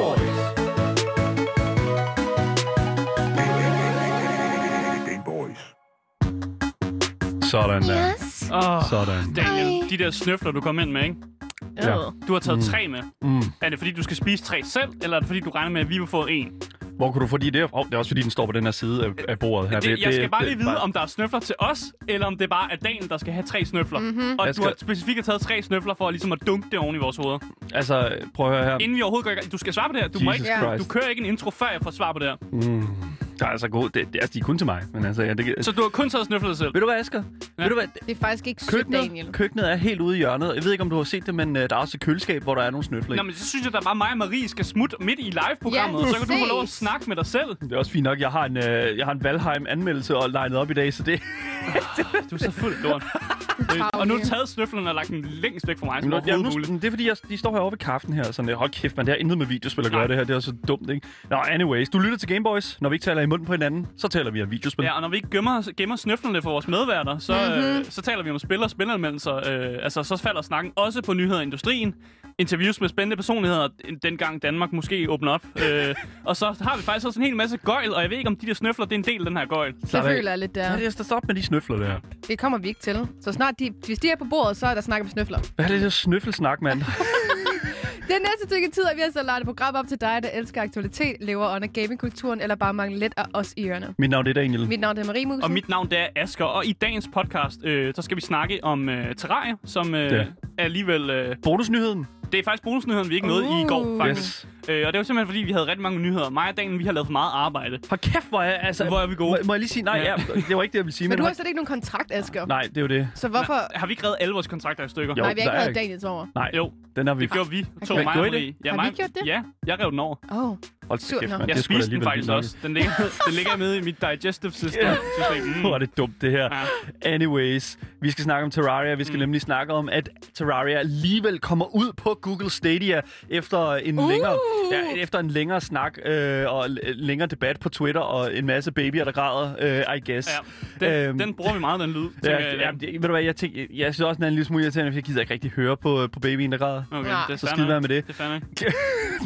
Gameboys. Sådan der. Yes. Oh, Sådan. Daniel, Ej. de der snøfler, du kom ind med, ikke? Ja. Du har taget mm. tre med. Mm. Er det fordi, du skal spise tre selv, eller er det fordi, du regner med, at vi vil få en? Det, Hvor kunne du få de der? Oh, det er også fordi, den står på den her side af, af bordet her. det, jeg skal bare lige det- vide, om der er snøfler til os, eller om det bare er Daniel, der skal have tre snøfler. Mhm. Mm-hmm. Og Jeg du skal- har specifikt taget tre snøfler for ligesom at dunke det oven i vores hoveder. Altså, prøv at høre her. Inden vi overhovedet går i gang. Du skal svare på det her. Du, må Jesus ikke, Christ. du kører ikke en intro, før jeg får svar på det her. Der er altså god... Det, det, altså, de er kun til mig. Men altså, ja, det, Så du har kun taget snøfler selv. Ved du hvad, Asger? Ja. Ved du hvad? Det er faktisk ikke sødt, Daniel. Køkkenet, køkkenet er helt ude i hjørnet. Jeg ved ikke, om du har set det, men uh, der er også et køleskab, hvor der er nogle snøfler i. Nå, men så synes jeg, at bare mig og Marie skal smutte midt i live-programmet. Ja, så kan du få lov at præcis. snakke med dig selv. Det er også fint nok. Jeg har en, øh, jeg har en Valheim-anmeldelse og legnet op i dag, så det... Du er så fuld af lort. Øh, og nu har du taget snøflerne og lagt den længst væk fra mig, som Nå, ja, overhovedet nu, muligt. det er fordi, jeg, de står heroppe i kaften her. Sådan, øh, hold kæft, man. Det har intet med videospil at gøre, Nej. det her. Det er så dumt, ikke? Nå, anyways. Du lytter til Gameboys. Når vi ikke taler i munden på hinanden, så taler vi om videospil. Ja, og når vi ikke gemmer, gemmer snøflerne for vores medværter, så, mm-hmm. Mhm. øh, så taler vi om spil og spilanmeldelser. Øh, altså, så falder snakken også på nyheder i industrien, interviews med spændende personligheder, den- dengang Danmark måske åbner op. øh, og så har vi faktisk også en hel masse gøjl, og jeg ved ikke, om de der snøfler, det er en del af den her gøjl. Det føler jeg lidt Ja, der. det er så stop med de snøfler der. Det kommer vi ikke til. Så snart de, hvis de er på bordet, så er der snak om snøfler. Hvad er det der snøffelsnak, mand? Den næste stykke tid er vi altså at lade et program op til dig, der elsker aktualitet, lever under gamingkulturen, eller bare mangler lidt af os i ørerne. Mit navn det er Daniel. Mit navn er Marie Musen. Og mit navn, det er Asker, og i dagens podcast, øh, så skal vi snakke om øh, terrarier, som øh, Ja. er alligevel... Øh, Bonusnyheden. det er faktisk bonusnyheden, vi ikke nåede i i går, Uh. faktisk. Yes. Øh, og det var simpelthen, fordi vi havde rigtig mange nyheder. Mig og Daniel, vi har lavet for meget arbejde. Hold kæft, hvor er, altså, Hvor er vi gode. Må, må jeg lige sige, nej, Ja. ja. det var ikke det, jeg ville sige. men du har hold- slet ikke nogen kontrakt, Asger. Nej, det er jo det. Så hvorfor... Nej, har vi ikke reddet alle vores kontrakter i stykker? Jo, Nej, vi har der ikke er havde ikke. Daniels over. Nej, Jo, den har vi. det gjorde vi. To Okay. mig og Gjorde I Marie. Ja, Har mig, vi gjort det? Ja, jeg rev den over. Åh, oh, Hold da Sur kæft, nok. mand. Jeg Det skulle spiste den faktisk også. Den ligger, den ligger nede i mit digestive system. system. Mm. Hvor er det dumt, det her. Ja. Mm. Anyways, vi skal snakke om Terraria. Vi skal nemlig snakke om, at Terraria alligevel kommer ud på Google Stadia efter en, Uh! længere, ja, efter en længere snak øh, og l- længere debat på Twitter og en masse babyer, der græder, øh, I guess. Ja, den, Øhm, den bruger vi meget, den lyd. Ja, tænker jeg. ja, det- ved du hvad, jeg, tænker, jeg, jeg synes også, den er en lille smule irriterende, for jeg gider ikke rigtig høre på, på babyen, der græder. Okay, Ja. det er Så fair skide nok. være med det. er fair nok.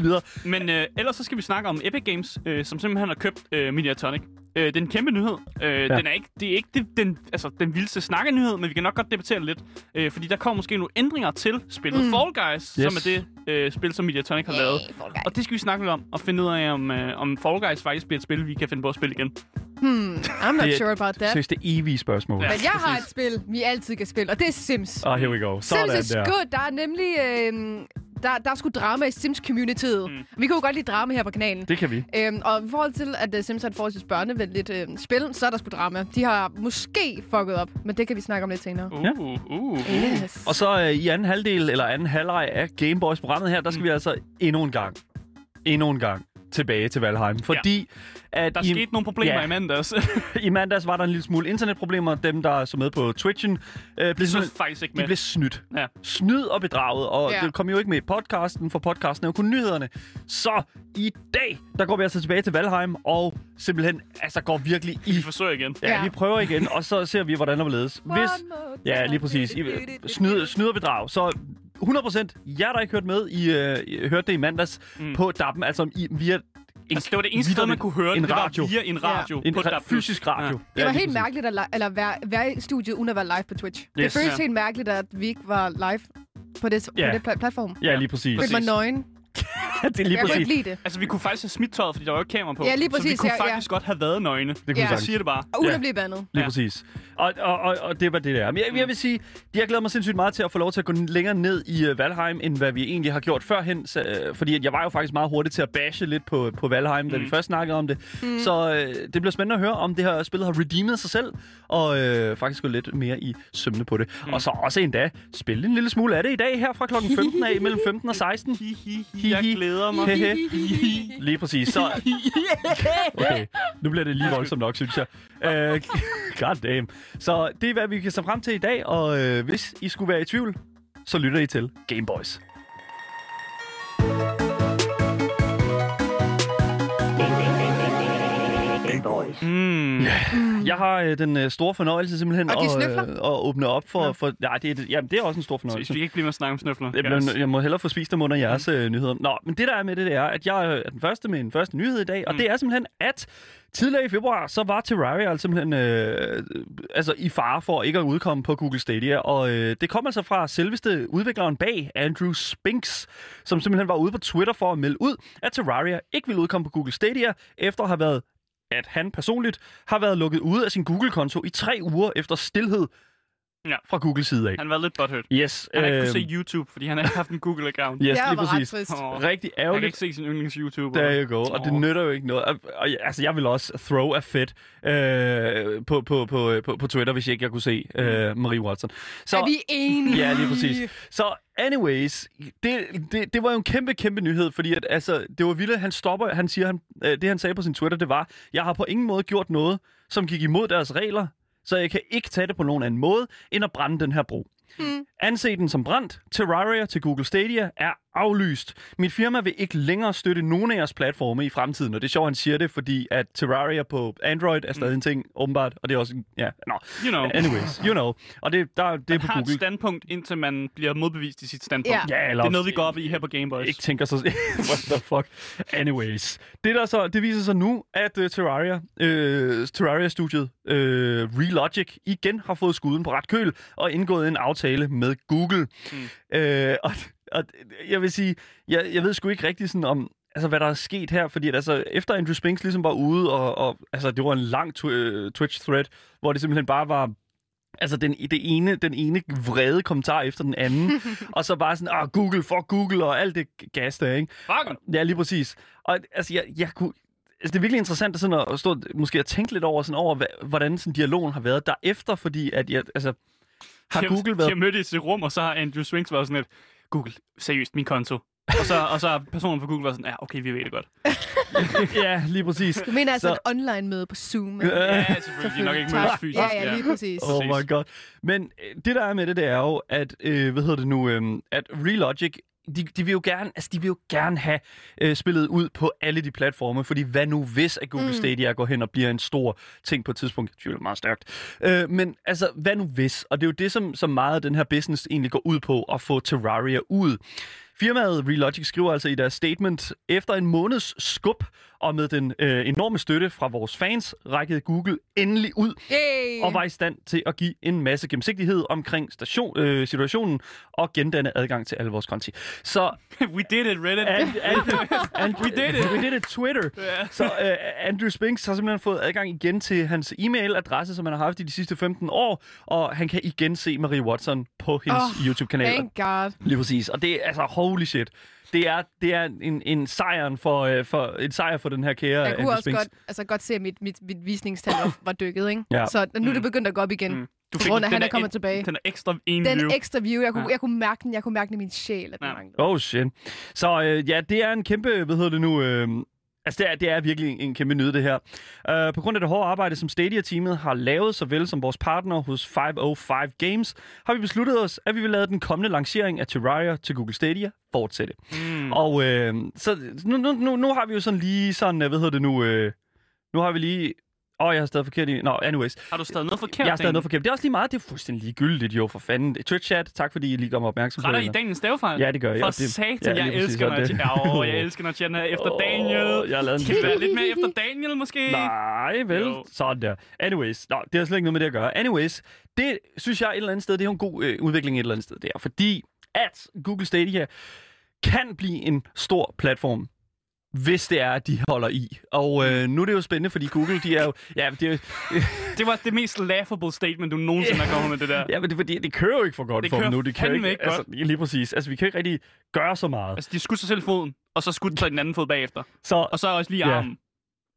Videre. Men øh, ellers så skal vi snakke om Epic Games, øh, som simpelthen har købt øh, Miniatonic. Øh, det er en kæmpe nyhed. Øh, Ja. den er ikke, det er ikke det, den, altså, den vildeste snakkenyhed, men vi kan nok godt debattere det lidt. Øh, fordi der kommer måske nogle ændringer til spillet mm. Fall Guys, yes. som er det øh, spil, som Mediatonic har yeah. lavet. Og det skal vi snakke lidt om, og finde ud af, om, øh, om Fall Guys faktisk bliver et spil, vi kan finde på at spille igen. I'm not Det er- sure about that. Seriøst, det evige spørgsmål. Ja. Ja. Men jeg har præcis. et spil, vi altid kan spille, og det er Sims. Oh, here we go. Sådan Sims is der. good. Der er nemlig... Øh, der, der er sgu drama i Sims-communityet. Mm. Vi kunne jo godt lide drama her på kanalen. Det kan vi. Øhm, og i forhold til, at øh, Sims er et forholdsvis børnevenligt øh, spil, så er der sgu drama. De har måske fucket op, men det kan vi snakke om lidt senere. Uh, uh, uh. Yes. Og så øh, i anden halvdel, eller anden halvleg af Game Boys programmet her, der skal mm. vi altså endnu en gang, endnu en gang tilbage til Valheim. Fordi at Der i, skete nogle problemer Ja. i mandags. i mandags var der en lille smule internetproblemer. Dem, der så med på Twitchen, øh, blev, så sådan, faktisk ikke de med. blev snydt. Ja. Snyd og bedraget, og Ja. ja. det kom jo ikke med i podcasten, for podcasten er jo kun nyhederne. Så i dag, der går vi altså tilbage til Valheim, og simpelthen altså går virkelig i... Vi forsøger igen. Ja, Ja. vi prøver igen, og så ser vi, hvordan der vil ledes. Hvis, Ja, lige præcis. I, snyd, snyd og bedrag. Så 100% jer, der ikke hørte med, I, øh, I hørte det i mandags mm. på DAP'en, altså i, via... En, Altså, det var det eneste sted, man kunne høre en det. radio. Det var via en radio. en på ra- DAB+. fysisk radio. Ja. Det var helt lige præcis. mærkeligt at, li- eller være, være i studiet, uden at være live på Twitch. Yes, det Yes. føltes Ja. ja. helt mærkeligt, at vi ikke var live på det, Ja. på det pla- platform. Jeg Ja, lige præcis. følte mig præcis. nøgen. det er lige Jeg kunne præcis. ikke lide det. Altså, vi kunne faktisk have smidt tøjet, fordi der var jo ikke kamera på. Ja, lige Så vi præcis, kunne ja, ja. faktisk godt have været nøgne. Det Det kunne Ja. ja. Jeg siger det bare. Og uden Ja. at blive bandet. Lige Ja. ja. præcis. Og, og, og, og det var det der. Men jeg, jeg vil sige, jeg glæder mig sindssygt meget til at få lov til at gå længere ned i uh, Valheim, end hvad vi egentlig har gjort førhen. Så, uh, fordi at jeg var jo faktisk meget hurtig til at bashe lidt på, på Valheim, mm. da vi først snakkede om det. Mm. Så uh, det bliver spændende at høre, om det her spil har redeemet sig selv, og uh, faktisk gå lidt mere i sømne på det. Mm. Og så også endda spille en lille smule af det i dag her fra klokken 15 af, mellem 15 og 16. Hi, hi, hi. Jeg Hi, hi. glæder mig. Hehe. Lige præcis. Så... Okay, nu bliver det lige voldsomt nok, synes jeg. Uh, God damn. Så det er, hvad vi kan se frem til i dag, og øh, hvis I skulle være i tvivl, så lytter I til Game Boys. Game boys. Mm. Jeg har øh, den øh, store fornøjelse simpelthen Og give at, øh, snøfler? at åbne op for... for nej, det, er- jamen, det er også en stor Så vi fornøjelse. skal ikke blive med at snakke om snøfler. Jeg, guys. bliver, jeg må hellere få spist dem Mhm. under jeres øh, nyheder. Nå, men det der er med det, det er, at jeg øh, er den første med en første nyhed i dag, og Mm. det er simpelthen, at tidligere i februar, så var Terraria altså simpelthen øh, øh, altså i fare for ikke at udkomme på Google Stadia, og øh, det kom altså fra selveste udvikleren bag, Andrew Spinks, som simpelthen var ude på Twitter for at melde ud, at Terraria ikke ville udkomme på Google Stadia, efter at have været at han personligt har været lukket ude af sin Google-konto i tre uger efter stillhed Ja. fra Googles side af. Han var lidt butthurt. Yes. Han har ikke øhm, kunnet se YouTube, fordi han har ikke haft en Google-account. Yes, jeg lige var ret præcis. trist. Åh, Rigtig Han kan ærgerligt. ikke se sin yndlings-YouTuber. There you go. Og det Åh. nytter jo ikke noget. Og, og, ja, altså, jeg ville også throw a fit øh, på, på, på, øh, på, på Twitter, hvis ikke jeg kunne se øh, Marie Watson. Så, Er vi enige? Ja, lige præcis. Så anyways, det, det, det var jo en kæmpe, kæmpe nyhed, fordi at, altså, det var vildt, han stopper, han siger, han, øh, det han sagde på sin Twitter, det var, jeg har på ingen måde gjort noget, som gik imod deres regler, så jeg kan ikke tage det på nogen anden måde, end at brænde den her bro. Hmm. Anse den som brændt. Terraria til Google Stadia er aflyst. Mit firma vil ikke længere støtte nogen af jeres platforme i fremtiden. Og det er sjovt, han siger det, fordi at Terraria på Android er stadig en ting, åbenbart. Og det er også... en- Ja, nå. Hmm. You know. Anyways, you know. Og det, der, det er Man på har Google. et standpunkt, indtil man bliver modbevist i sit standpunkt. Ja. Ja, eller det er noget, vi går op i her på Game Boys. ikke tænker sig... What the fuck? Anyways. Det, der så, det viser sig nu, at uh, Terraria, uh, Terraria-studiet uh, Relogic igen har fået skuden på ret køl og indgået en aftale med Google. Mm. Uh, og, og jeg vil sige, jeg, jeg ved sgu ikke rigtigt sådan om... Altså, hvad der er sket her, fordi at, altså, efter Andrew Spinks ligesom var ude, og, og altså, det var en lang tw- øh, Twitch-thread, hvor det simpelthen bare var Altså den, det ene, den ene vrede kommentar efter den anden. og så bare sådan, ah, Google, fuck Google, og alt det gas der, ikke? Fuck! Ja, lige præcis. Og altså, jeg, jeg kunne... Altså, det er virkelig interessant at, sådan at stå, måske at tænke lidt over, sådan over hva- hvordan sådan, dialogen har været derefter, fordi at jeg, altså, har De Google De har været... mødtes i et rum, og så har Andrew Swings været sådan lidt, Google, seriøst, min konto. Og så, og så har personen fra Google været sådan, ja, okay, vi ved det godt. ja, lige præcis. Du mener altså Så- et online-møde på Zoom? Ja, eller? Ja, selvfølgelig, de er nok ikke mødes Tak. fysisk. Ja, ja, lige præcis. Oh my god. Men øh, det der er med det, det er jo, at, øh, hvad hedder det nu, øh, at Relogic, de, de vil jo gerne, altså de vil jo gerne have øh, spillet ud på alle de platforme, fordi hvad nu hvis, at Google mm. Stadia går hen og bliver en stor ting på et tidspunkt? Det er jo meget stærkt. Øh, men altså, hvad nu hvis? Og det er jo det, som, som meget af den her business egentlig går ud på, at få Terraria ud. Firmaet Relogic skriver altså i deres statement, efter en måneds skub og med den øh, enorme støtte fra vores fans, rækkede Google endelig ud Yay. og var i stand til at give en masse gennemsigtighed omkring station, øh, situationen og gendanne adgang til alle vores konti. Så We did it, Reddit. and, and, and, We did it. we did it Twitter. Ja. Så øh, Andrew Spinks har simpelthen fået adgang igen til hans e-mailadresse, som han har haft i de sidste 15 år, og han kan igen se Marie Watson på hendes Åh, oh, YouTube-kanal. Thank God. Lige præcis. Og det er altså holy shit. Det er det er en en sejren for øh, for en sejr for den her kære Jeg kunne Andrew også Spinks. godt, altså godt se, at mit, mit, mit visningstal var- var dykket, ikke? Ja. Så nu er det begyndt at gå op igen. Mm. Du På grund af, den han er kommet en- tilbage. Den er ekstra en Den view. ekstra view, jeg kunne, Ja. jeg kunne mærke den, jeg kunne mærke den i min sjæl, at den Ja. manglede. Oh shit. Så øh, ja, det er en kæmpe, hvad hedder det nu, øh, altså det er, det er virkelig en kæmpe nyde det her. Øh, på grund af det hårde arbejde, som Stadia-teamet har lavet, såvel som vores partner hos 505 Games, har vi besluttet os, at vi vil lade den kommende lancering af Terraria til Google Stadia fortsætte. Mm. Og øh, så nu, nu, nu, nu har vi jo sådan lige sådan, øh, hvad hedder det nu, øh, nu har vi lige... Åh, oh, jeg har stadig forkert i... Nå, anyways. Har du stadig noget forkert? Jeg har stadig noget Daniel? forkert. Det er også lige meget. Det er fuldstændig ligegyldigt, jo, for fanden. Twitch-chat, tak fordi I lige gør mig opmærksom på Retter det. i Daniels stavefejl? Ja, det gør jeg. For Og det- satan, ja, jeg lige præcis, elsker, og når det- jeg, oh, jeg elsker, når Jan er efter Daniel. Åh, jeg har lavet en Skal vi kæmpe- være lidt mere efter Daniel, måske? Nej, vel. Jo. Sådan der. Anyways, nå, det har slet ikke noget med det at gøre. Anyways, det synes jeg et eller andet sted, det er jo en god øh, udvikling et eller andet sted der, fordi at Google Stadia kan blive en stor platform hvis det er, at de holder i. Og øh, nu er det jo spændende, fordi Google, de er jo... Ja, men det, er jo- Det var det mest laughable statement, du nogensinde har kommet med, det der. ja, men det, er fordi, det kører jo ikke for godt Det for dem kører nu. Det kører fandme ikke, ikke altså, Lige præcis. Altså, vi kan ikke rigtig gøre så meget. Altså, de skudte sig selv i foden, og så skudte sig i den anden fod bagefter. Så Og så også lige Ja. armen.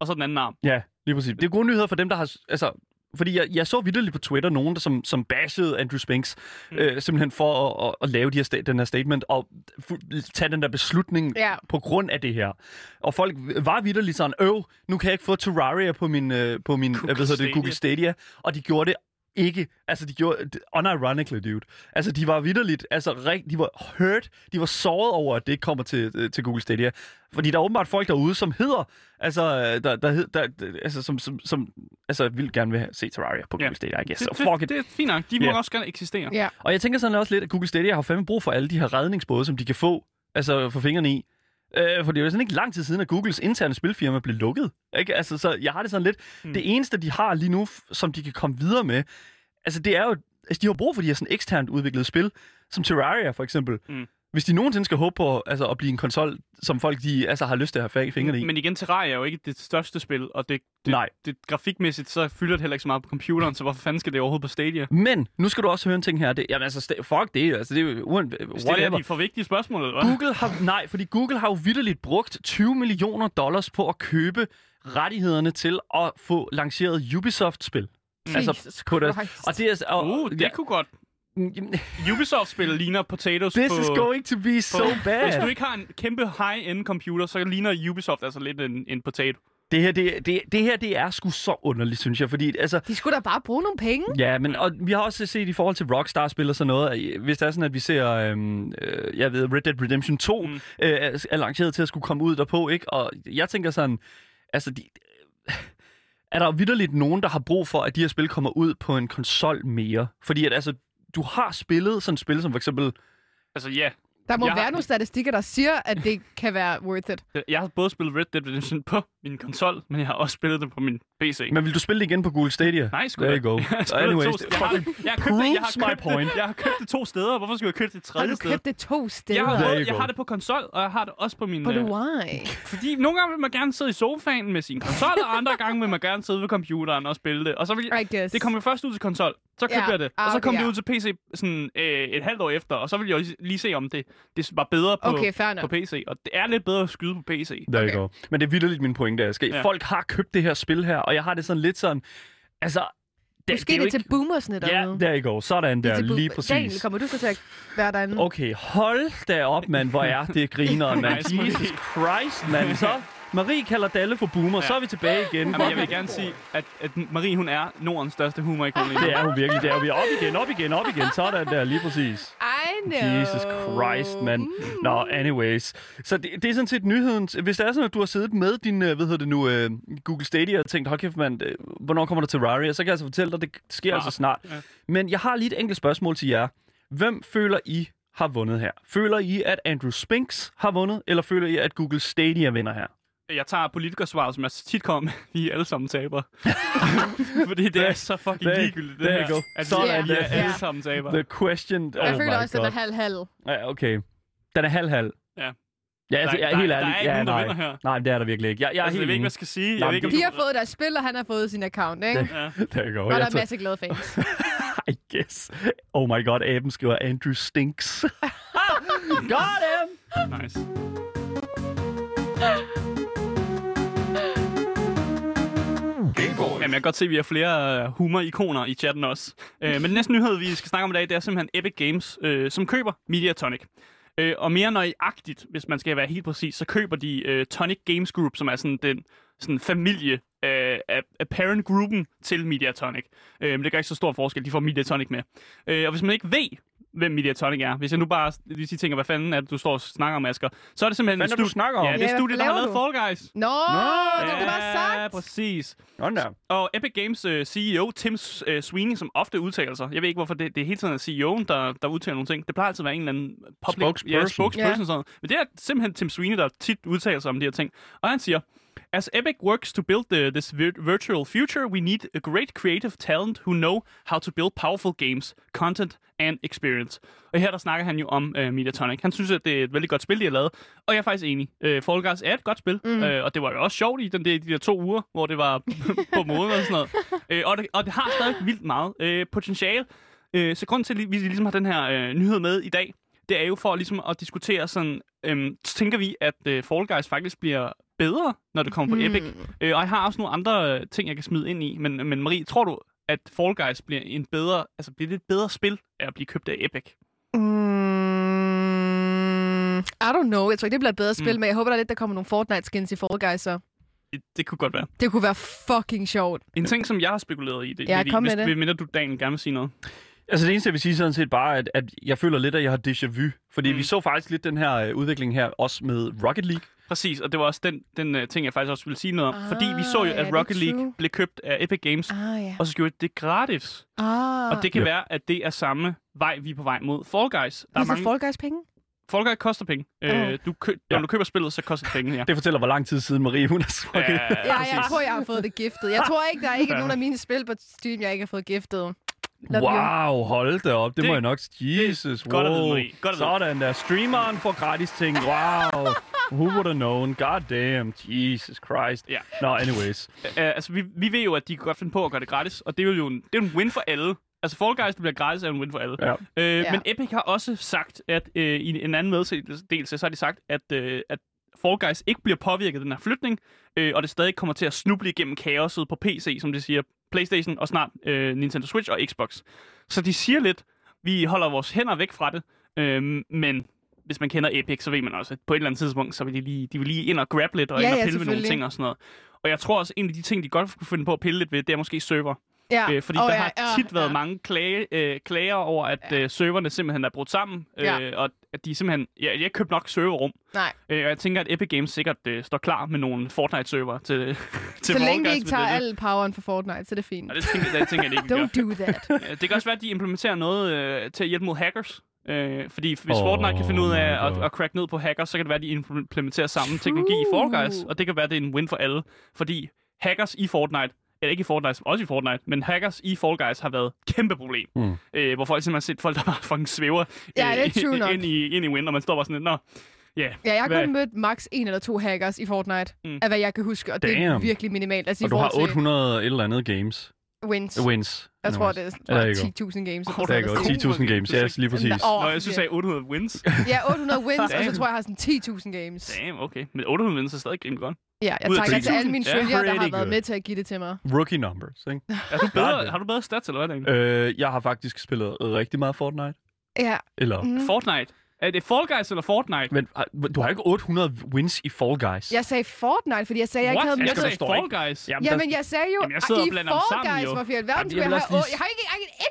Og så den anden arm. Ja, lige præcis. Det er gode nyheder for dem, der har... Altså, fordi jeg, jeg så vidderligt på Twitter nogen, der som, som bashede Andrew Spinks, mm. øh, simpelthen for at, at, at lave de her sta- den her statement og fu- tage den der beslutning Ja. på grund af det her. Og folk var vidderligt sådan, øv, nu kan jeg ikke få Terraria på min, øh, på min Google, hvad hedder Stadia." det, Google Stadia. Og de gjorde det ikke... Altså, de gjorde... d- Unironically, dude. Altså, de var vidderligt... Altså, rigt, de var hurt. De var såret over, at det ikke kommer til, øh, til Google Stadia. Fordi der er åbenbart folk derude, som hedder... Altså, øh, der, der, hed- der, der altså, som, som, som altså, vil gerne vil have- se Terraria på Ja. Google Stadia, I guess. det, Så fuck det, it. det, er fint nok. De må Ja. også gerne eksistere. Ja. Og jeg tænker sådan også lidt, at Google Stadia har fandme brug for alle de her redningsbåde, som de kan få, altså få fingrene i. Øh, for det er jo sådan ikke lang tid siden, at Googles interne spilfirma blev lukket. Ikke? Altså, så jeg har det sådan lidt, Mm. mm. det eneste, de har lige nu, f- som de kan komme videre med, altså det er jo, altså, de har brug for de her sådan eksternt udviklede spil, som Terraria for eksempel. Mm. Mm. Hvis de nogensinde skal håbe på altså, at blive en konsol, som folk de, altså, har lyst til at have fag i fingrene i. Men igen, Terraria er jo ikke det største spil, og det, det, Nej. det grafikmæssigt, så fylder det heller ikke så meget på computeren, så hvorfor fanden skal det overhovedet på Stadia? Men nu skal du også høre en ting her. Det, jamen altså, sta- fuck det. Altså, det er jo uan, Stiller whatever. jeg de for vigtige spørgsmål, eller hvad? Google har, nej, fordi Google har jo vidderligt brugt 20 millioner dollars på at købe rettighederne til at få lanceret Ubisoft-spil. Altså- Jesus på deres- Christ. og det er... Og, Uh, det ja, Mm, kunne godt. jamen, Ubisoft-spil ligner potatoes This på... is going to be so Hvis du bad. ikke har en kæmpe high-end computer, så ligner Ubisoft altså lidt en, en potato. Det her, det, det, det her, det er sgu så underligt, synes jeg, fordi altså... De skulle da bare bruge nogle penge. Ja, men og vi har også set i forhold til Rockstar-spil og sådan noget, at hvis det er sådan, at vi ser, øhm, øh, jeg ved, Red Dead Redemption 2 Mm. mm. øh, er, er lanceret til at skulle komme ud derpå, ikke? Og jeg tænker sådan, altså, de, er der vidderligt nogen, der har brug for, at de her spil kommer ud på en konsol mere? Fordi at altså, du har spillet sådan et spil som for eksempel... Altså ja, Der må Jeg jeg har- være nogle statistikker, der siger, at det kan være worth it. jeg har både spillet Red Dead Redemption på min konsol, men jeg har også spillet det på min PC. Men vil du spille det igen på Google Stadia? Nej, sgu There da. you go. Jeg har spillet Anyways, to, jeg har, jeg har købt det, jeg har proves my købt point. Det, jeg har købt det to steder. Hvorfor skulle jeg købe det et Har tredje du sted? købt det to Jeg har, steder? There både, you jeg go. har det på konsol, og jeg har det også på min... But øh, why? Fordi nogle gange vil man gerne sidde i sofaen med sin konsol, og andre gange vil man gerne sidde ved computeren og spille det. Og så vil jeg, I guess. det kom jo først ud til konsol, så købte Ja, jeg det, og ah, så okay, kom det ja. ud til PC sådan, øh, et halvt år efter, og så ville jeg jo lige, lige se, om det, det var bedre på, Okay, fair nok. på PC. Og det er lidt bedre at skyde på PC. There you go. Men det er vildt min pointe, der skal. Ja. Ja. Folk har købt det her spil her, og jeg har det sådan lidt sådan... Altså, det, Måske det er jo det til boomersne Ja, dernede. der I go. Sådan Det er der, til bo- lige Daniel, præcis. kommer du så til at være derinde? Okay, hold da op, mand. Hvor er det griner, mand. Nice, Marie. Jesus Christ, mand. Så Marie kalder Dalle for boomer. Så er vi tilbage igen. Jamen, jeg vil gerne sige, at, at Marie, hun er Nordens største humorikon. lige nu. Det er hun virkelig. Det er vi. Op igen, op igen, op igen. Sådan der, lige præcis. I know. Jesus Christ, mand. Nå, anyways. Så det, det er sådan set nyheden. Hvis det er sådan, at du har siddet med din, øh, hvad hedder det nu, øh, Google Stadia og tænkt, hold kæft, mand, øh, hvornår kommer der Terraria? Så kan jeg altså fortælle dig, det sker Snart. altså snart. Ah, Ja. Men jeg har lige et enkelt spørgsmål til jer. Hvem føler I har vundet her? Føler I, at Andrew Spinks har vundet, eller føler I, at Google Stadia vinder her? Jeg tager politikersvaret, som jeg tit kommer med. Vi er alle sammen tabere. Fordi det er så fucking There- ligegyldigt, det there you her. go. At vi, Sådan, vi er yes. alle Ja. sammen tabere. Altså, The question... Jeg oh føler my også, at den God. er halv-halv. Ja, okay. Den er halv-halv. Ja. Ja, altså, Der- jeg er der- helt der ærlig. er ikke ja, nogen, der nej. vinder her. Nej, men det er der virkelig ikke. Jeg, jeg er Altså, jeg helt ved ikke, enig. hvad jeg skal sige. Jeg Nej, ved ikke, om De du- har fået deres spil, og han har fået sin account, ikke? Ja. There you go. Og der Jeg er tager- masser af glade fans. I guess. Oh my god, aben skriver, Andrew stinks. Got him! Nice. Jamen, jeg kan godt se, at vi har flere øh, humor-ikoner i chatten også. Øh, men den næste nyhed, vi skal snakke om i dag, det er simpelthen Epic Games, øh, som køber Media Tonic. Øh, og mere nøjagtigt, hvis man skal være helt præcis, så køber de øh, Tonic Games Group, som er sådan den sådan familie øh, af, af parent-gruppen til Media Tonic. Øh, men det gør ikke så stor forskel, de får Media Tonic med. Øh, og hvis man ikke ved, hvem Media Tonic er, hvis jeg nu bare lige siger, tænker, hvad fanden er det, du står og snakker om, Asger, så er det simpelthen... Hvad er det, et du stu- snakker om? Ja, det er Ja, studiet, der hvad har lavet laver Fall Guys. Nå, det ja, kunne du bare have sagt. præcis. Nå, nå. Og Epic Games øh, CEO Tim S- øh, Sweeney, som ofte udtaler sig. Jeg ved ikke, hvorfor det, det er hele tiden er CEO'en, der, der udtaler nogle ting. Det plejer altid at være en eller anden public... Spokesperson. Ja, spokesperson Ja. yeah. sådan noget. Men det er simpelthen Tim Sweeney, der tit udtaler sig om de her ting. Og han siger, As Epic works to build the, this vir- virtual future, we need a great creative talent who know how to build powerful games, content and experience. Og her der snakker han jo om øh, Mediatonic. Han synes, at det er et vældig godt spil, de har lavet. Og jeg er faktisk enig. Øh, Fall Guys er et godt spil. Mm. Øh, og det var jo også sjovt i den der, de der to uger, hvor det var på måden og sådan noget. Øh, og, det, og det har stadig vildt meget øh, potentiale. Øh, så grunden til, at vi ligesom har den her øh, nyhed med i dag, det er jo for ligesom at diskutere sådan, øhm, tænker vi, at øh, Fall Guys faktisk bliver bedre, når det kommer på mm. Epic? Øh, og jeg har også nogle andre øh, ting, jeg kan smide ind i, men, men Marie, tror du, at Fall Guys bliver en bedre, altså bliver det et bedre spil af at blive købt af Epic? Mm, I don't know. Jeg tror ikke, det bliver et bedre spil, Mm. men jeg håber, der er lidt, der kommer nogle Fortnite-skins i Fall Guys, så. Det kunne godt være. Det kunne være fucking sjovt. En ting, som jeg har spekuleret i, det, Ja, lidt i, kom med hvis, det. hvis mindre du, Daniel, gerne vil sige noget. Altså det eneste, jeg vil sige sådan set bare, at, at jeg føler lidt, at jeg har déjà vu. Fordi Mm. mm. vi så faktisk lidt den her øh, udvikling her, også med Rocket League. Præcis, og det var også den, den uh, ting, jeg faktisk også ville sige noget om. Ah, Ah, fordi vi så jo, ja, at det er Rocket League true. blev købt af Epic Games, Ah, ja. og så gjorde de det gratis. Ah. Og det kan Ja. være, at det er samme vej, vi er på vej mod Fall Guys. Der er mange... Fall... Fall Guys penge? Fall Guys koster penge. Åh. Øh, du kø... Når Ja. du køber spillet, så koster det penge, ja. Det fortæller, hvor lang tid siden Marie, hun har smukket. Ja. Ja, jeg præcis. tror, jeg har fået det giftet. Jeg tror ikke, der er ikke Fair. nogen af mine spil på Steam, jeg ikke har fået giftet. Love you. Wow, hold da op. Det, Det- det må jeg nok... Jesus, godt at vide, wow. Marie. Godt at vide. Sådan der. Streameren får gratis ting. Wow. Who would have known? God damn. Jesus Christ. Ja. Nå, anyways. Øh, altså, vi, vi ved jo, at de kan godt finde på at gøre det gratis, og det er jo en, det er en win for alle. Altså, Fall Guys, det bliver gratis, er en win for alle. Ja. Øh, Ja. Men Epic har også sagt, at øh, i en anden meddelelse, så har de sagt, at, øh, at Fall Guys ikke bliver påvirket af den her flytning, øh, og det stadig kommer til at snuble igennem kaoset på PC, som de siger, Playstation og snart øh, Nintendo Switch og Xbox. Så de siger lidt, vi holder vores hænder væk fra det, øh, men hvis man kender Epic, så ved man også, at på et eller andet tidspunkt, så vil de lige, de vil lige ind og grab lidt, og Ja, ind og ja, pille ved nogle selvfølgelig. ting og sådan noget. Og jeg tror også, en af de ting, de godt kunne finde på at pille lidt ved, det er måske server. Ja. Ja. Øh, fordi Åh, oh, der ja, har ja, tit været ja. mange klage, øh, klager over, at ja. Ja. øh, serverne simpelthen er brudt sammen, øh, Ja. og at de simpelthen... Ja, de har ikke købt nok serverrum. Nej, Øh, og jeg tænker, at Epic Games sikkert øh, står klar med nogle Fortnite-server til, til så Fall længe vi Guys, ikke hvis tager det er det. al poweren fra Fortnite, så er det fint. Og det tænker, det tænker jeg, det ikke de Don't do that. gør. Øh, Det kan også være, at de implementerer noget øh, til at hjælpe mod hackers. Øh, fordi hvis oh, Åh, Fortnite kan finde ud af my at, God. at crack ned på hackers, så kan det være, at de implementerer samme teknologi i Fall Guys. Og det kan være, at det er en win for alle. Fordi hackers i Fortnite, eller ikke i Fortnite, også i Fortnite, men hackers i Fall Guys har været et kæmpe problem. Mm. Øh, hvor folk simpelthen har set folk, der bare fucking svæver Ja, det er true øh, nok. ind, i, ind i win, og man står bare sådan lidt, nå, ja. Yeah. Ja, jeg har Hvad? kun mødt max en eller to hackers i Fortnite, Mm. mm. af hvad jeg kan huske, og det er Damn. virkelig minimalt. Altså, i Og du har forhold til 800 et eller andet games. wins. Wins. Jeg tror, det er Ja, det er sådan 10.000 games. eller Det sådan er noget. Cool. godt. 10.000 games, ja, yes, lige præcis. Nå, Nå, jeg synes, at virkelig. 800 wins. Ja, 800 wins, og Damn. så tror jeg, jeg har sådan 10.000 games. Damn, okay. Men 800 wins er stadig rimelig godt. Ja, jeg Ud af takker til 10.000. alle mine Ja, følgere, der har pretty været good. med til at give det til mig. Rookie numbers, ikke? Er du bedre, Klart. har du bedre stats, eller hvad, Daniel? Øh, jeg har faktisk spillet rigtig meget Fortnite. Ja, Eller... Mm. Mm. Fortnite. Er det Fall Guys eller Fortnite? Men har- du har ikke 800 wins i Fall Guys. jeg sagde Fortnite, fordi jeg sagde, jeg ikke What? havde Jeg skal sagde forstå Fall ikke. Guys. Jamen, der- Jamen, jeg sagde jo, Jamen, jeg sidder og i blander dem Fall sammen, Guys, jo. hvor fjert verden Jamen, skulle jeg jeg vil også have... lige- Jeg har ikke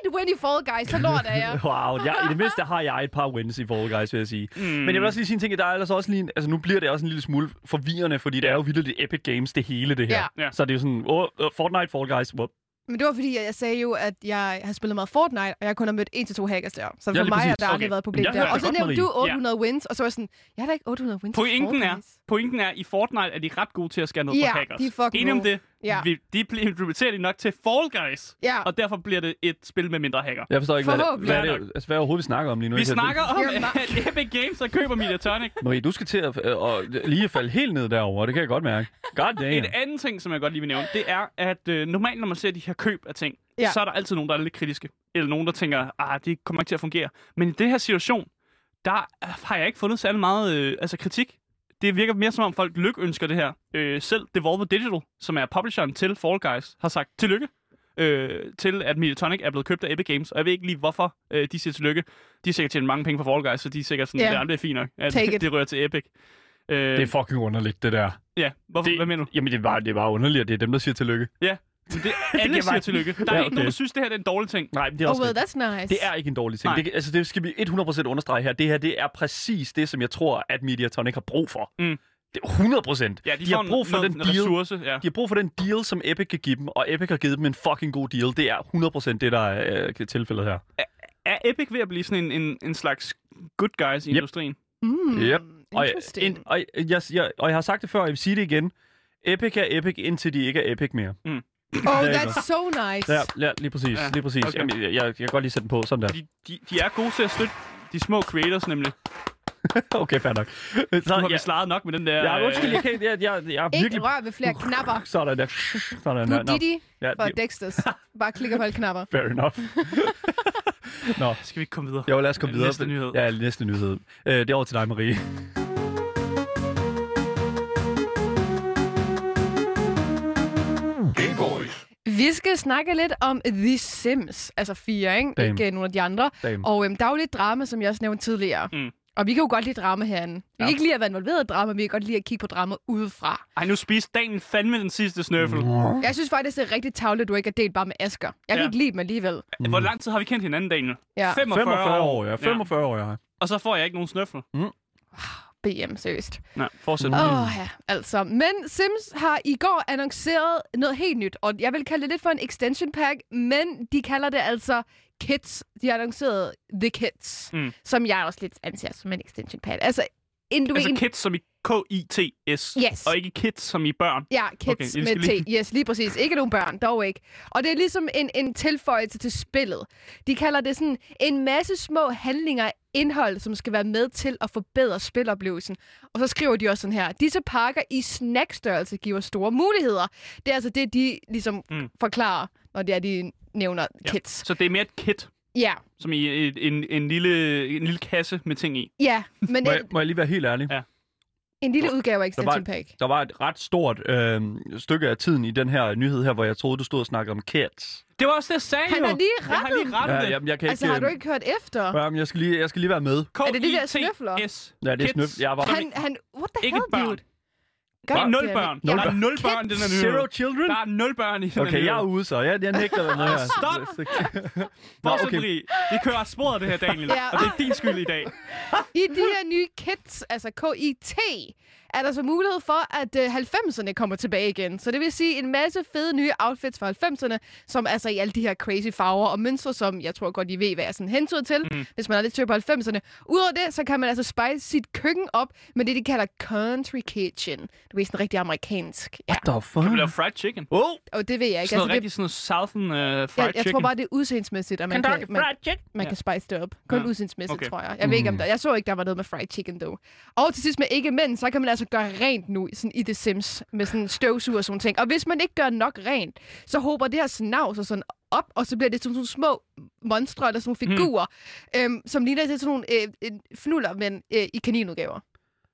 engang et win i Fall Guys, så lort er jeg. Wow, jeg, i det mindste har jeg et par wins i Fall Guys, vil jeg sige. Mm. Men jeg vil også lige sige en ting, at der er ellers også lige en, altså nu bliver det også en lille smule forvirrende, fordi det er jo vildt det Epic Games, det hele det her. Ja. Ja. Så det er jo sådan, oh, Fortnite, Fall Guys, whoop. Men det var fordi, jeg sagde jo, at jeg har spillet meget Fortnite, og jeg kun har mødt 1-2 hackers der. Så for lige mig har præcis. der aldrig Okay. været et problem Jeg der. hørte Og det så godt, nævnte du Marie. 800 wins, og så var jeg sådan, jeg har da ikke 800 wins. i Pointen Fall er, Guys. pointen er, i Fortnite er de ret gode til at skære ned Ja, på hackers. de er fucking Enig om gode. det. Ja. Vi, de bliver implementeret de nok til Fall Guys. Ja. Og derfor bliver det et spil med mindre hacker. Jeg forstår ikke, hvad, det, Forhåbentlig. hvad, er det, altså, hvad er overhovedet vi snakker om lige nu. Vi Ikke? snakker om, Jamen, nej. at Epic Games, der køber Media Tonic. Marie, du skal til at øh, og, lige falde helt ned derover. det kan jeg godt mærke. God damn. En anden ting, som jeg godt lige vil nævne, det er, at øh, normalt, når man ser de her køb af ting, ja. Ja. så er der altid nogen, der er lidt kritiske. Eller nogen, der tænker, ah, det kommer ikke til at fungere. Men i det her situation, der øh, har jeg ikke fundet særlig meget øh, altså kritik. Det virker mere som om folk lykønsker det her. Øh, selv Devolver Digital, som er publisheren til Fall Guys, har sagt tillykke øh, til, at Mediatonic er blevet købt af Epic Games. Og jeg ved ikke lige, hvorfor øh, de siger tillykke. De har sikkert tjent mange penge på Fall Guys, så de er sikkert sådan, Ja. yeah. det er fint nok, at Take it." det rører til Epic. Øh, Det er fucking underligt, det der. ja, hvorfor, Det, hvad mener du? Jamen, det er, bare, det er bare underligt, at det er dem, der siger tillykke. Ja, men det, alle det giver siger bare- tillykke. Der er Ja, ikke nogen, der okay. synes, det her det er en dårlig ting. Nej, men det er Oh, også well, that's nice. Det er ikke en dårlig ting. Nej. Det, altså, det skal vi 100% understrege her. Det her det er præcis det, som jeg tror, at Mediatonic har brug for. Mm. Det er 100%. Ja, de, de har brug for noget, den noget deal. ressource. Ja. De har brug for den deal, som Epic kan give dem, og Epic har givet dem en fucking god deal. Det er 100% det, der er øh, tilfældet her. Er Epic ved at blive sådan en, en, en slags good guys i Yep. industrien? Mm, Yep. Og, jeg- Interesting. ind- og, jeg- jeg, jeg, og jeg har sagt det før, og jeg vil sige det igen. Epic er Epic, indtil de ikke er Epic mere. Oh, Lækker. that's so nice. Ja, ja lige præcis. Ja, Ja, lige præcis. okay. Okay. Jamen, jeg, jeg, jeg kan godt lige sætte den på, sådan der. De, de, de er gode til at støtte de små creators, nemlig. Nu Okay, fair nok. Så, har vi slaget nok med den der... ja, ja, undskyld, øh, jeg, kan, jeg, jeg, jeg er Ikke virkelig... rør ved flere knapper. Sådan der. Sådan Du der. er Nå, Didi ja, for det- Dexters. Bare klikker på alle knapper. Fair enough. Nå, Skal vi ikke komme videre? jo, lad os komme videre. Næste nyhed. Ja, næste nyhed. Øh, det er over til dig, Marie. Vi skal snakke lidt om The Sims, altså fire, ikke? Damn. ikke øh, nogen af de andre. Damn. Og øhm, der er jo lidt drama, som jeg også nævnte tidligere. Mm. Og vi kan jo godt lide drama herinde. Vi ja. kan ikke lide at være involveret i drama, vi kan godt lide at kigge på drama udefra. Ej, nu spiste Daniel fandme den sidste snøffel. Mm. Jeg synes faktisk, det er rigtig tavligt, at du ikke er delt bare med Asger. Jeg kan Ja. ja. ikke lide dem alligevel. Hvor lang tid har vi kendt hinanden, Daniel? Ja. 45, 45 år, ja. 45 år, ja. Og så får jeg ikke nogen snøffel. BM, seriøst. Nej, fortsæt. Åh oh, ja, altså. Men Sims har i går annonceret noget helt nyt, og jeg vil kalde det lidt for en extension pack, men de kalder det altså Kids. De har annonceret The Kids, Mm. mm. som jeg også lidt anser som en extension pack. Altså, en, du Altså en, kids som i K-I-T-S. Yes. Og ikke kids som i børn. Ja, Okay, kids jeg okay, skal med lige- T. Yes, lige præcis. Ikke nogen børn, dog ikke. Og det er ligesom en, en tilføjelse til spillet. De kalder det sådan en masse små handlinger af indhold, som skal være med til at forbedre spiloplevelsen. Og så skriver de også sådan her. Disse pakker i snackstørrelse giver store muligheder. Det er altså det, de ligesom Mm. mm. forklarer, når det er, de nævner ja. kids. Så det er mere et kit, Ja, som i et, en, en, lille, en lille kasse med ting i. ja. Men Må jeg, en, må jeg lige være helt ærlig? Ja. en lille udgave af var- Extension Pack. Der var et ret stort øh, stykke af tiden i den her nyhed her, hvor jeg troede, du stod og snakkede om cats. Det var også det, jeg sagde Han jo. har lige Jeg har lige rettet. rettet Ja, det. jamen, jeg kan Altså, ikke, har du øh, ikke hørt efter? Ja, men jeg skal lige, jeg skal lige være med. K-I-T-S. Er det de der snøfler? Ja, det er snøf. Jeg var Han, han, what the Ikke hell, et børn. dude? Der er God nul damn it. børn. Nul Der er børn. nul børn i den her nyhed. Zero children? Der er nul børn i den her Okay, jeg er nyhed. ude så. Jeg, jeg nægter at være med her. Stop! Nå, Fortsæt, okay. Marie. Vi kører af sporet, det her, Daniel. Ja. Og det er din skyld i dag. I de her nye kits, altså KIT, er der så mulighed for, at øh, 90'erne kommer tilbage igen. Så det vil sige en masse fede nye outfits fra 90'erne, som altså i alle de her crazy farver og mønstre, som jeg tror godt, I ved, hvad jeg sådan hentyder til, mm. hvis man er lidt tør på 90'erne. Udover det, så kan man altså spice sit køkken op med det, de kalder country kitchen. Du ved, sådan rigtig amerikansk. Ja. The Kan vi lave fuck? fried chicken? Oh, Og det ved jeg ikke. Altså, Sådan noget det, rigtig sådan noget southern uh, fried jeg, jeg tror chicken. bare, det er udseendsmæssigt, at man kan, man, chicken. Man Ja. ja. kan spice det op. Kun Ja. ja. udseendsmæssigt, Okay. okay. tror jeg. Jeg ved ikke, om der... Jeg så ikke, der var noget med fried chicken, dog. Og til sidst med ikke men, så kan man altså gøre rent nu sådan i The Sims med sådan støvsuger og sådan nogle ting. Og hvis man ikke gør nok rent, så håber det her snavs sig sådan op, og så bliver det sådan nogle små monstre eller sådan nogle Hmm. figurer, mm. øhm, som ligner til sådan nogle øh, øh, fnuller, men øh, i kaninudgaver.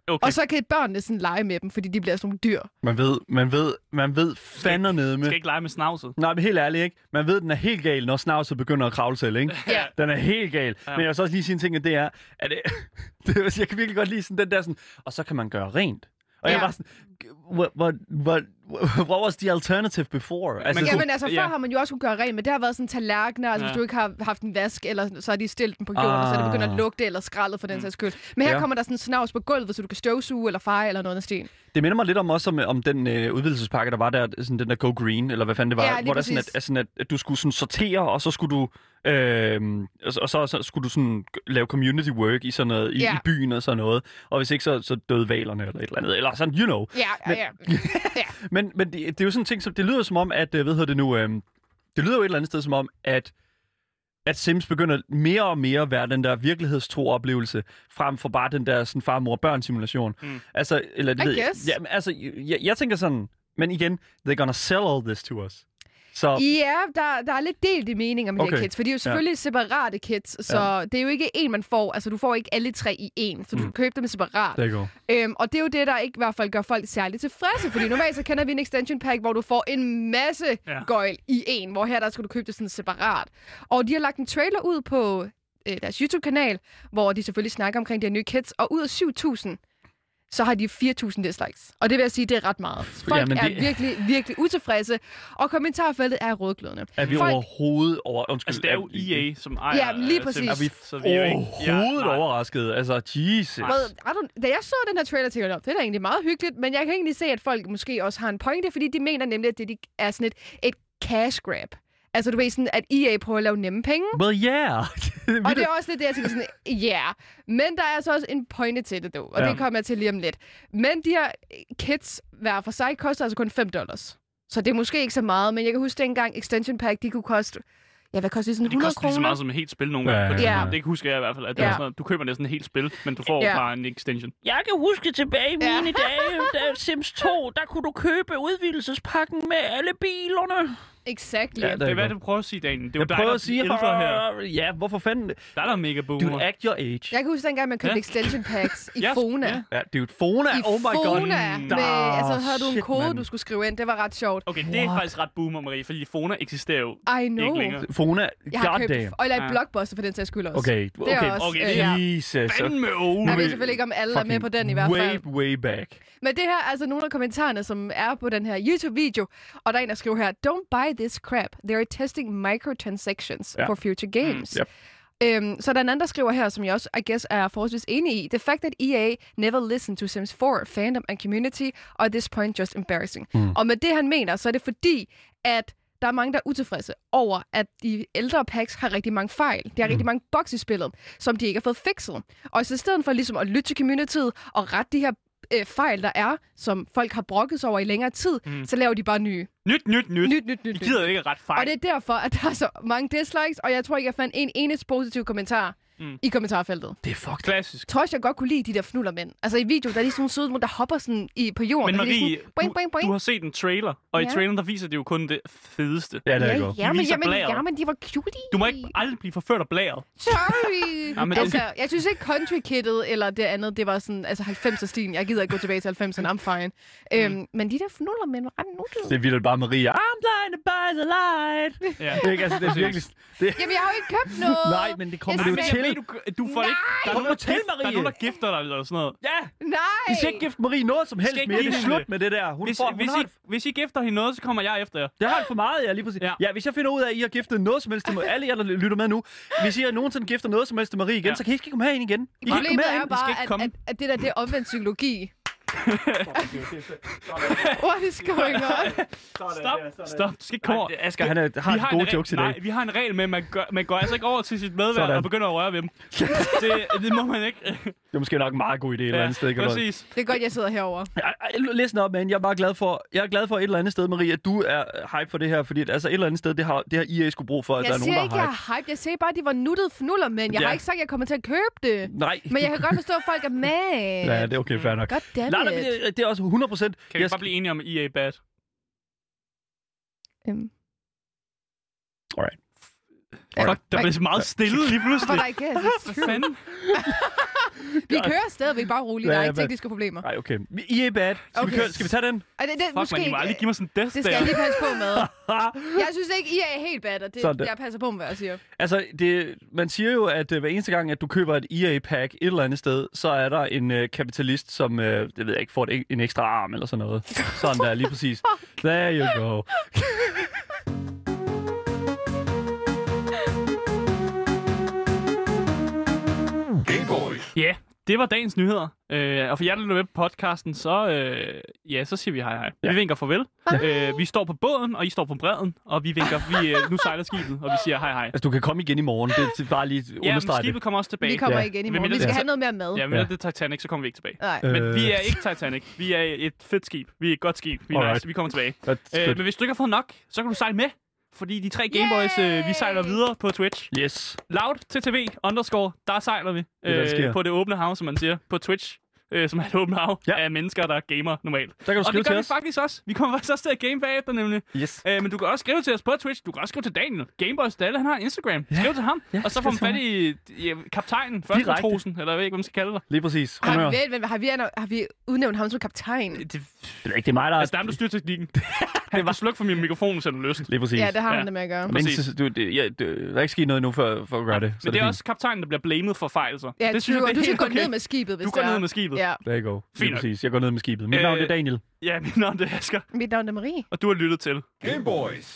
Okay. Og så kan børnene sådan lege med dem, fordi de bliver sådan nogle dyr. Man ved, man ved, man ved fandme nede med. Skal ikke lege med snavset. Nej, men helt ærligt, ikke? Man ved, den er helt gal, når snavset begynder at kravle selv, ikke? Ja. Den er helt gal. Ja. Ja. Men jeg vil så også lige sige en ting, og det er, at det, det, er- jeg kan virkelig godt lide sådan den der sådan, og så kan man gøre rent. Og ja. jeg Ja. var sådan, what, what, what, what was the alternative before? Men- sådan- Jamen altså, før ja. ja. har man jo også kunne gøre rent, men det har været sådan tallerkener, altså Ja. ja. hvis du ikke har haft en vask, eller så har de stillet den på jorden, og så er det begyndt Ah. at lugte eller skraldet for den sags skyld. Men her Ja. kommer der sådan snavs på gulvet, så du kan støvsuge eller feje eller noget af sten. Det minder mig lidt om også om, om den øh, udvidelsespakke, der var der, sådan den der Go Green, eller hvad fanden det var, Ja, lige hvor der sådan, præcis. at, at, sådan, at, at du skulle sådan sortere, og så skulle du, øh, og, så- og så, så skulle du sådan lave community work i sådan noget, i, Ja. i byen og sådan noget, og hvis ikke, så, så døde valerne eller et eller andet, eller sådan, you know. Ja, ja, Men- ja. ja. Men, men det, det er jo sådan en ting, som, det lyder som om, at, øh, hvad hedder det nu, øh, det lyder jo et eller andet sted som om, at at Sims begynder mere og mere at være den der virkelighedstro oplevelse, frem for bare den der sådan far-mor-børn-simulation. Mm. Altså, eller, det I ved, jeg- guess. Ja, men altså, jeg, jeg tænker sådan, men igen, they're gonna sell all this to us. Så Ja, der, der er lidt delt i meninger med okay. de Okay. her kits, for de er jo selvfølgelig ja. separate kits, så ja. det er jo ikke en, man får. Altså, du får ikke alle tre i en, så du mm. køber dem separat. there you go. Øhm, og det er jo det, der ikke i hvert fald gør folk særligt tilfredse, fordi normalt så kender vi en extension pack, hvor du får en masse Ja. ja. gøjl i en, hvor her der skal du købe det sådan separat. Og de har lagt en trailer ud på øh, deres YouTube-kanal, hvor de selvfølgelig snakker omkring de her nye kids, og ud af 7.000, så har de 4.000 dislikes. Og det vil jeg sige, det er ret meget. Folk Jamen, Jamen, det- det... er virkelig, virkelig utilfredse, og kommentarfeltet er rødglødende. Er vi Folk- overhovedet over... Undskyld, Altså, det er jo EA, som ejer... Ja, lige øh, præcis. Sims, Er vi, så vi er jo ikke- Ja, overhovedet nej. overrasket? Altså, Jesus. Hvad, I don't, da jeg så den her trailer, tænkte jeg, "Nå, det er da egentlig meget hyggeligt, men jeg kan egentlig se, at folk måske også har en pointe, fordi de mener nemlig, at det de er sådan et, et cash grab. Altså du ved sådan, at EA prøver at lave nemme penge, Well, yeah. og det er også lidt det, jeg tænker sådan, ja. Yeah. Men der er altså også en pointe til det, dog, og Ja. det kommer jeg til lige om lidt. Men de her eh, kits hver for sig koster altså kun 5 dollars. Så det er måske ikke så meget, men jeg kan huske dengang, extension pack, de kunne koste, ja, hvad koster det, sådan Det 100 koster lige så kroner? meget som et helt spil nogle Ja, gange. ja, på det ja. tidspunkt. Det husker jeg i hvert fald. At det Ja. var sådan noget, du køber næsten et helt spil, men du får Ja. bare en extension. Jeg kan huske tilbage i Ja. mine dage, da Sims 2, der kunne du købe udvidelsespakken med alle bilerne. Exakt. Ja, Ja, der- Det er hvad, du prøver at sige, Daniel. Det er jo Jeg dig, prøver der at sige, er ældre her. ja, hvorfor fanden? Der er der mega Dude, boomer. at your age. jeg kan huske dengang, man købte Ja. extension packs i Ja, Fona. ja. Ja, dude, Fona, I oh my god. Ah, Fona, Mm. med, altså havde du en Shit, kode, mand. du skulle skrive ind. Det var ret sjovt. Okay, det er What? faktisk ret boomer, Marie, fordi Fona eksisterer jo I know. ikke længere. Fona, Jeg har købt, goddamn. og eller i Ja. Blockbuster for den sags skyld også. Okay, Det er okay, også, okay, øh, det ja. er- Jesus. Fanden med unge. Jeg ved selvfølgelig ikke, om alle er med på den i hvert fald. Way, way back. Men det her er altså nogle af kommentarerne, som er på den her YouTube-video. Og der er en, der skriver her, Don't buy this crap. They are testing microtransactions Ja. for future games. Mm, yep. Øhm, så er der en anden, der skriver her, som jeg også, I guess, er forholdsvis enig i. The fact that EA never listened to Sims 4, fandom and community, are at this point just embarrassing. Mm. Og med det, han mener, så er det fordi, at der er mange, der er utilfredse over, at de ældre packs har rigtig mange fejl. De har rigtig mange bugs i spillet, som de ikke har fået fikset. Og så i stedet for ligesom at lytte til communityet og rette de her øh, fejl, der er, som folk har brokket sig over i længere tid, mm. så laver de bare nye. Nyt, nyt, nyt. Nyt, nyt, nyt, I nyt. gider ikke ret fejl. Og det er derfor, at der er så mange dislikes, og jeg tror ikke, jeg fandt en eneste positiv kommentar Mm. mm. i kommentarfeltet. Det er fucked. Klassisk. Jeg tror også, jeg godt kunne lide de der fnullermænd. Altså i videoen, der er lige sådan nogle søde, der hopper sådan i, på jorden. Men og så er de Marie, sådan, boing, boing, boing. du, du har set en trailer, og i Ja. traileren der viser det jo kun det fedeste. Ja, det er ja, godt. ja, De men, viser jamen, blæret. ja, men de var cutie. Du må ikke aldrig blive forført og blæret. Sorry. Ja, men det- altså, jeg synes ikke Country Kittet eller det andet, det var sådan, altså 90'er-stilen. Jeg gider ikke gå tilbage til 90'erne, I'm fine. Øhm, men de der fnullermænd var ret Det nuttede. er vildt bare Maria. I'm blinded by the light. Ja. Det er, ikke, altså, det er virkelig... Det, Jamen, jeg har jo ikke købt noget. nej, men det kommer Jeg det jo men til. jeg ved, du, du får ikke... Der er, Kom nogen, der, nu til, gif- der er Marie. nogen, der gifter dig eller sådan noget. Ja, Nej. I skal ikke gifte Marie noget som helst Skal ikke mere. Det give er hende slut det. med det der. Hun Hvis, får, hvis, hun har, I, hvis I gifter hende noget, så kommer jeg efter jer. det har alt for meget, ja, lige præcis. Ja. Ja. ja, hvis jeg finder ud af, at I har giftet noget som helst til Marie, alle jer, der lytter med nu, hvis I har nogensinde gifter noget som helst til Marie igen, ja. Ja. så kan I ikke komme herind igen. I kan ikke komme Problemet er herind. skal bare, ikke at, komme. at, at det der, det er omvendt psykologi. What is going on? Stop, stop. Du skal ikke komme over. Asger, han er, har Vi en gode regel- jokes i dag. Nej, vi har en regel med, at man, gør, man går altså ikke over til sit medvært Sådan. og begynder at røre ved dem. det, det må man ikke. Ja, Det er måske nok en meget god idé et eller andet sted. Ikke? Eller- præcis. Det er godt, jeg sidder herovre. Ej, ej, Listen op, man. Jeg er bare glad for, jeg er glad for et eller andet sted, Marie, at du er hype for det her. Fordi at, altså, et eller andet sted, det har, det har IA skulle bruge for, at der Jeg er nogen, siger der ikke, er jeg hype. er hype. Jeg siger bare, at de var nuttede fnuller, men jeg Ja. har ikke sagt, at jeg kommer til at købe det. Nej. Men øh, jeg kan godt forstå, at folk er mad. Ja, det er okay, fair nok. Goddammit. Nej, nej, men øh, det, det er også 100 procent. Kan vi bare blive enige om at EA bad? Øhm, Fuck, der blev meget stille lige For pludselig. dig kan jeg så Hvad fanden? Vi kører stadigvæk bare roligt. Der Ja, er ja, ikke men- tekniske problemer. Nej, okay. EA bad. Skal, okay. Okay. vi køre, skal vi tage den? Og det, det, Fuck, man, I må aldrig give mig sådan en death det skal jeg stare. lige passe på med. Jeg synes ikke, I er helt bad, og det, Sådan der. jeg passer på med, hvad jeg siger. Altså, det, man siger jo, at øh, hver eneste gang, at du køber et EA-pack et eller andet sted, så er der en øh, kapitalist, som, øh, det ved jeg ikke, får et, en ekstra arm eller sådan noget. Sådan der, lige præcis. There you go. Ja, yeah, det var dagens nyheder. Øh, og for jer, der lytter med på podcasten, så, øh, ja, så siger vi hej hej. Ja. Vi vinker farvel. Øh, vi står på båden, og I står på bredden, og vi vinker, vi, øh, nu sejler skibet, og vi siger hej hej. Altså, du kan komme igen i morgen. Det det er bare lige Ja, understrege men det. skibet kommer også tilbage. Vi kommer Ja. igen i Men morgen. mindre Vi skal det- have noget mere mad. Ja, men Ja. ja. det er Titanic, så kommer vi ikke tilbage. Nej. Øh, Men vi er ikke Titanic. Vi er et fedt skib. Vi er et godt skib. Vi er Alright. nice. Vi kommer tilbage. That's Øh, good. men hvis du ikke har fået nok, så kan du sejle med. Fordi de tre Gameboys, øh, vi sejler videre på Twitch. Yes. Loud til TV underscore, der sejler vi. der sker. Øh, på det åbne hav, som man siger. På Twitch, øh, som er et åbent hav Ja. ja. af mennesker, der gamer normalt. Så kan du Og skrive det gør til vi os. faktisk også. Vi kommer faktisk også til at game bagefter, nemlig. Yes. Øh, men du kan også skrive til os på Twitch. Du kan også skrive til Daniel. Gameboys Dalle, han har Instagram. Skriv til ham. Ja, og så skriv får man til fat i ja, kaptajnen, førstetrosen, eller jeg ved ikke, hvad man skal kalde dig. Lige præcis. Har Honnør. vi, vent, vent, har, vi, har vi udnævnt ham som kaptajn? Det, Det er ikke det er mig, der er... altså, der er ham, der styrer teknikken. Han kan slukke for min mikrofon, hvis han har lyst. Lige præcis. Ja, det har Ja. han det med at gøre. Men Præcis. så- du, det, ja, du, der er ikke sket noget endnu for, for at gøre det. Så Men det er fint. også kaptajnen, der bliver blamet for fejl, så. Ja, det synes du, det er du skal helt gå ned med skibet, hvis Du går det er. ned med skibet. Ja. There you go. Lige Fint nok. præcis. Jeg går ned med skibet. Mit navn Øh, er Daniel. Ja, mit navn det er Asger, Mit navn er Marie. og du har lyttet til Game Boys.